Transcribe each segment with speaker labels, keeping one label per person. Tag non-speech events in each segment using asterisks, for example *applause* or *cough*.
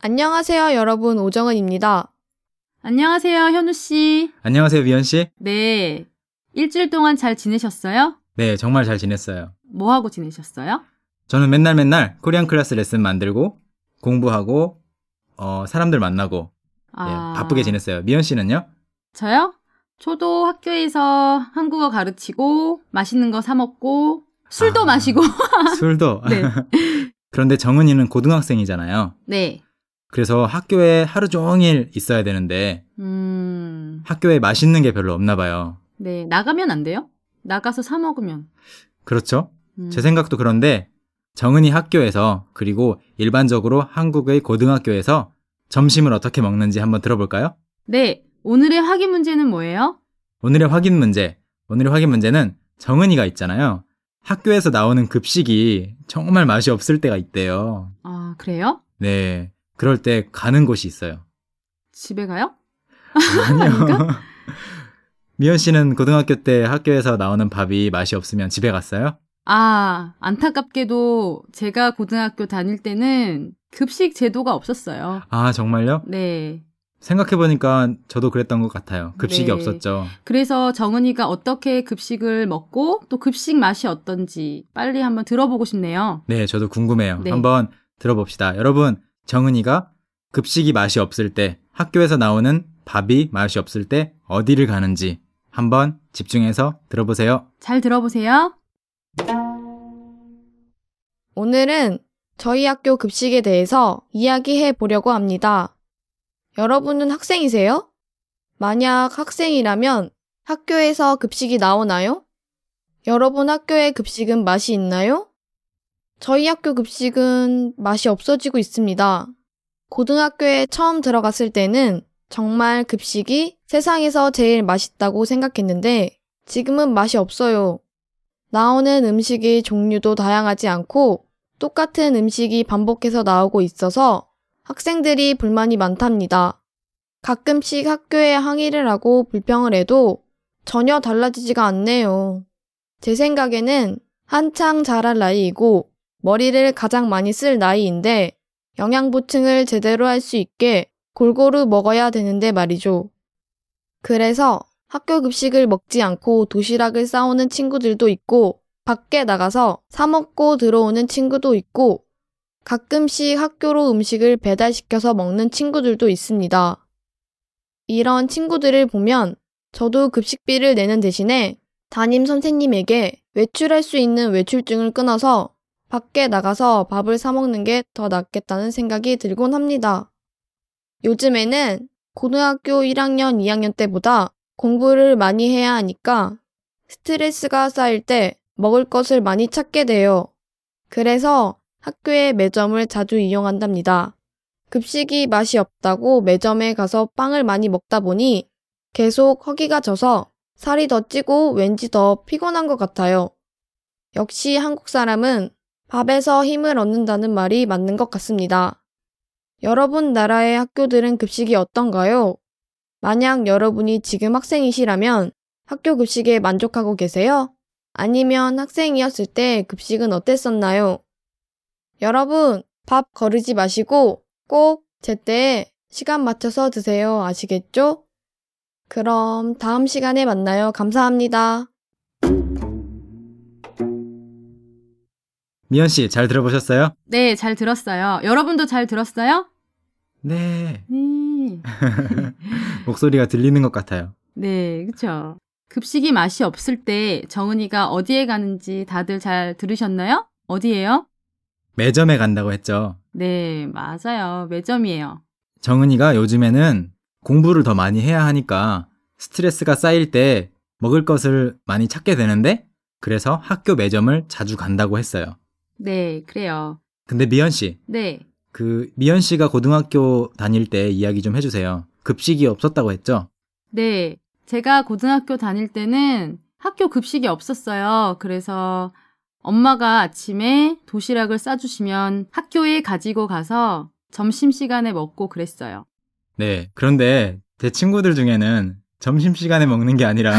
Speaker 1: 안녕하세요, 여러분. 오정은입니다.
Speaker 2: 안녕하세요, 현우 씨.
Speaker 3: 안녕하세요, 미연 씨.
Speaker 2: 네. 일주일 동안 잘 지내셨어요?
Speaker 3: 네, 정말 잘 지냈어요.
Speaker 2: 뭐 하고
Speaker 3: 예,
Speaker 2: 지내셨어요?
Speaker 3: 저는 맨날 맨날 코리안 클래스 레슨 만들고 공부하고 어, 사람들 만나고 예, 바쁘게 지냈어요. 미연
Speaker 2: *laughs*
Speaker 3: 씨는요?
Speaker 2: 아, 저요? 저도 학교에서 한국어 가르치고 맛있는 거 사 먹고 술도
Speaker 3: 아. *laughs*
Speaker 2: 마시고.
Speaker 3: 술도.
Speaker 2: 네.
Speaker 3: *laughs* 그런데 정은이는 고등학생이잖아요.
Speaker 2: 네.
Speaker 3: 그래서 학교에 하루 종일 있어야 되는데
Speaker 2: 음.
Speaker 3: 학교에 맛있는 게 별로 없나 봐요.
Speaker 2: 네. 나가면 안 돼요? 나가서 사 먹으면.
Speaker 3: 그렇죠?
Speaker 2: 음.
Speaker 3: 제 생각도 그런데 정은이 학교에서 그리고 일반적으로 한국의 고등학교에서 점심을 어떻게 먹는지 한번 들어볼까요?
Speaker 2: 네. 오늘의 확인 문제는 뭐예요?
Speaker 3: 오늘의 확인 문제. 오늘의 확인 문제는 정은이가 있잖아요. 학교에서 나오는 급식이 정말 맛이 없을 때가 있대요.
Speaker 2: 아, 그래요?
Speaker 3: 네. 그럴 때 가는 곳이 있어요.
Speaker 2: 집에 가요?
Speaker 3: 아니요. *laughs* 미연 씨는 고등학교 때 학교에서 나오는 밥이 맛이 없으면 집에 갔어요?
Speaker 2: 아, 안타깝게도 제가 고등학교 다닐 때는 급식 제도가 없었어요.
Speaker 3: 아, 정말요?
Speaker 2: 네.
Speaker 3: 생각해보니까 저도 그랬던 것 같아요. 급식이
Speaker 2: 네.
Speaker 3: 없었죠.
Speaker 2: 그래서 정은이가 어떻게 급식을 먹고 또 급식 맛이 어떤지 빨리 한번 들어보고 싶네요.
Speaker 3: 네, 저도 궁금해요.
Speaker 2: 네.
Speaker 3: 한번 들어봅시다. 여러분, 정은이가 급식이 맛이 없을 때, 학교에서 나오는 밥이 맛이 없을 때 어디를 가는지 한번 집중해서 들어보세요.
Speaker 2: 잘 들어보세요.
Speaker 1: 오늘은 저희 학교 급식에 대해서 이야기해 보려고 합니다. 여러분은 학생이세요? 만약 학생이라면 학교에서 급식이 나오나요? 여러분 학교의 급식은 맛이 있나요? 저희 학교 급식은 맛이 없어지고 있습니다. 고등학교에 처음 들어갔을 때는 정말 급식이 세상에서 제일 맛있다고 생각했는데 지금은 맛이 없어요. 나오는 음식의 종류도 다양하지 않고 똑같은 음식이 반복해서 나오고 있어서 학생들이 불만이 많답니다. 가끔씩 학교에 항의를 하고 불평을 해도 전혀 달라지지가 않네요. 제 생각에는 한창 자랄 나이이고 머리를 가장 많이 쓸 나이인데 영양 보충을 제대로 할 수 있게 골고루 먹어야 되는데 말이죠. 그래서 학교 급식을 먹지 않고 도시락을 싸오는 친구들도 있고, 밖에 나가서 사먹고 들어오는 친구도 있고, 가끔씩 학교로 음식을 배달시켜서 먹는 친구들도 있습니다. 이런 친구들을 보면 저도 급식비를 내는 대신에 담임 선생님에게 외출할 수 있는 외출증을 끊어서 밖에 나가서 밥을 사먹는 게 더 낫겠다는 생각이 들곤 합니다. 요즘에는 고등학교 1학년, 2학년 때보다 공부를 많이 해야 하니까 스트레스가 쌓일 때 먹을 것을 많이 찾게 돼요. 그래서 학교의 매점을 자주 이용한답니다. 급식이 맛이 없다고 매점에 가서 빵을 많이 먹다 보니 계속 허기가 져서 살이 더 찌고 왠지 더 피곤한 것 같아요. 역시 한국 사람은 밥에서 힘을 얻는다는 말이 맞는 것 같습니다. 여러분 나라의 학교들은 급식이 어떤가요? 만약 여러분이 지금 학생이시라면 학교 급식에 만족하고 계세요? 아니면 학생이었을 때 급식은 어땠었나요? 여러분, 밥 거르지 마시고 꼭 제때에 시간 맞춰서 드세요. 아시겠죠? 그럼 다음 시간에 만나요. 감사합니다.
Speaker 3: 미연 씨, 잘 들어보셨어요?
Speaker 2: 네, 잘 들었어요. 여러분도 잘 들었어요?
Speaker 3: 네.
Speaker 2: 네.
Speaker 3: 목소리가 들리는 것 같아요.
Speaker 2: 네, 그쵸. 급식이 맛이 없을 때 정은이가 어디에 가는지 다들 잘 들으셨나요? 어디예요?
Speaker 3: 매점에 간다고 했죠.
Speaker 2: 네, 맞아요. 매점이에요.
Speaker 3: 정은이가 요즘에는 공부를 더 많이 해야 하니까 스트레스가 쌓일 때 먹을 것을 많이 찾게 되는데 그래서 학교 매점을 자주 간다고 했어요.
Speaker 2: 네, 그래요.
Speaker 3: 근데 미연 씨,
Speaker 2: 네.
Speaker 3: 그 미연 씨가 고등학교 다닐 때 이야기 좀 해주세요. 급식이 없었다고 했죠?
Speaker 2: 네. 제가 고등학교 다닐 때는 학교 급식이 없었어요. 그래서 엄마가 아침에 도시락을 싸주시면 학교에 가지고 가서 점심시간에 먹고 그랬어요.
Speaker 3: 네. 그런데 제 친구들 중에는 점심시간에 먹는 게 *laughs* 아니라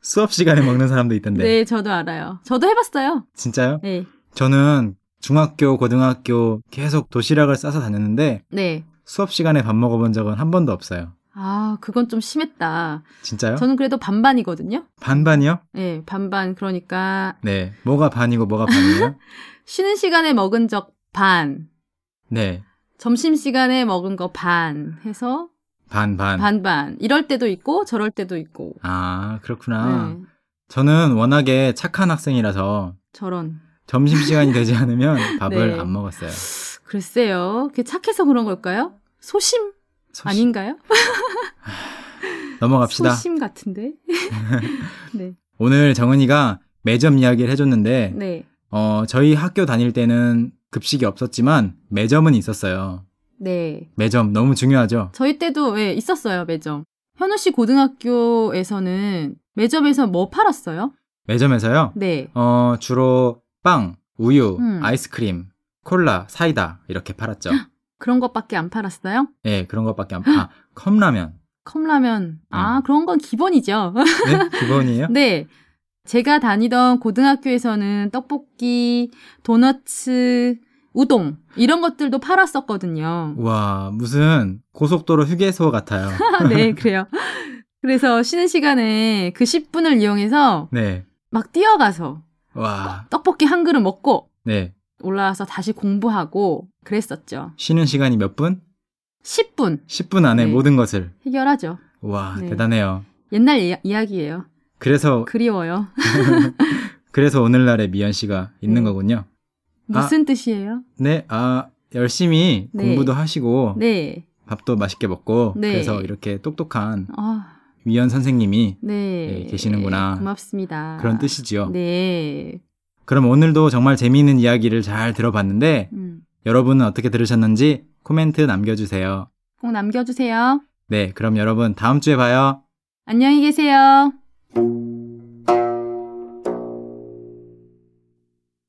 Speaker 3: 수업시간에 먹는 사람도 있던데. 네.
Speaker 2: 네, 저도 알아요. 저도 해봤어요.
Speaker 3: 진짜요?
Speaker 2: 네.
Speaker 3: 저는 중학교, 고등학교 계속 도시락을 싸서 다녔는데
Speaker 2: 네.
Speaker 3: 수업 시간에 밥 먹어본 적은 한 번도 없어요.
Speaker 2: 아, 그건 좀 심했다.
Speaker 3: 진짜요?
Speaker 2: 저는 그래도 반반이거든요.
Speaker 3: 반반이요?
Speaker 2: 예, 반반. 그러니까
Speaker 3: 네. 뭐가 반이고 뭐가 반이에요?
Speaker 2: 쉬는 시간에 먹은 적 반,
Speaker 3: *laughs* 네.
Speaker 2: 점심 시간에 먹은 거 반 해서
Speaker 3: 반, 반.
Speaker 2: 반반. 이럴 때도 있고 저럴 때도 있고.
Speaker 3: 아, 그렇구나.
Speaker 2: 네,
Speaker 3: 저는 워낙에 착한 학생이라서
Speaker 2: 저런.
Speaker 3: 점심시간이
Speaker 2: *laughs*
Speaker 3: 되지 않으면 밥을
Speaker 2: 네.
Speaker 3: 안 먹었어요.
Speaker 2: 글쎄요. 그게 착해서 그런 걸까요? 소심
Speaker 3: 소심-
Speaker 2: 아닌가요?
Speaker 3: 넘어갑시다. *laughs*
Speaker 2: 소심 같은데. 네.
Speaker 3: 오늘 정은이가 매점 이야기를 해줬는데
Speaker 2: 네.
Speaker 3: 어, 저희 학교 다닐 때는 급식이 없었지만 매점은 있었어요.
Speaker 2: 네.
Speaker 3: 매점 너무 중요하죠.
Speaker 2: 저희 때도 예, 있었어요, 매점. 현우 씨 고등학교에서는 매점에서 뭐 팔았어요?
Speaker 3: 매점에서요.
Speaker 2: 네.
Speaker 3: 어, 주로 빵, 우유,
Speaker 2: 음.
Speaker 3: 아이스크림, 콜라, 사이다 이렇게 팔았죠.
Speaker 2: 그런 것밖에 안 팔았어요?
Speaker 3: 예, 그런 것밖에 안 파. 컵라면.
Speaker 2: 컵라면. 아,
Speaker 3: 음.
Speaker 2: 그런 건 기본이죠. *laughs*
Speaker 3: 네, 기본이에요.
Speaker 2: 네. 제가 다니던 고등학교에서는 떡볶이, 도너츠, 우동 이런 것들도 팔았었거든요. *laughs*
Speaker 3: 와, 무슨 고속도로 휴게소 같아요.
Speaker 2: 네, 그래요. 그래서 쉬는 시간에 그 10분을 이용해서
Speaker 3: 네.
Speaker 2: 막 뛰어가서
Speaker 3: 와.
Speaker 2: 떡볶이 한 그릇 먹고
Speaker 3: 네.
Speaker 2: 올라와서 다시 공부하고 그랬었죠.
Speaker 3: 쉬는 시간이 몇 분?
Speaker 2: 10분
Speaker 3: 10분 안에
Speaker 2: 네.
Speaker 3: 모든 것을.
Speaker 2: 해결하죠.
Speaker 3: 와,
Speaker 2: 네.
Speaker 3: 대단해요.
Speaker 2: 옛날 이- 이야기예요.
Speaker 3: 그래서 *laughs*
Speaker 2: 그리워요.
Speaker 3: 그래서 오늘날의 미연 씨가 있는
Speaker 2: 네.
Speaker 3: 거군요.
Speaker 2: 무슨 뜻이에요?
Speaker 3: 네, 아, 열심히
Speaker 2: 네.
Speaker 3: 공부도 하시고,
Speaker 2: 네.
Speaker 3: 밥도 맛있게 먹고,
Speaker 2: 네.
Speaker 3: 그래서 이렇게 똑똑한
Speaker 2: 아,
Speaker 3: 위원 선생님이
Speaker 2: 네.
Speaker 3: 예, 계시는구나.
Speaker 2: 고맙습니다.
Speaker 3: 그런 뜻이지요.
Speaker 2: 아, 네.
Speaker 3: 그럼 오늘도 정말 재미있는 이야기를 잘 들어봤는데,
Speaker 2: 음,
Speaker 3: 여러분은 어떻게 들으셨는지 코멘트 남겨주세요.
Speaker 2: 꼭 남겨주세요.
Speaker 3: 네, 그럼 여러분 다음 주에 봐요.
Speaker 2: 안녕히 계세요.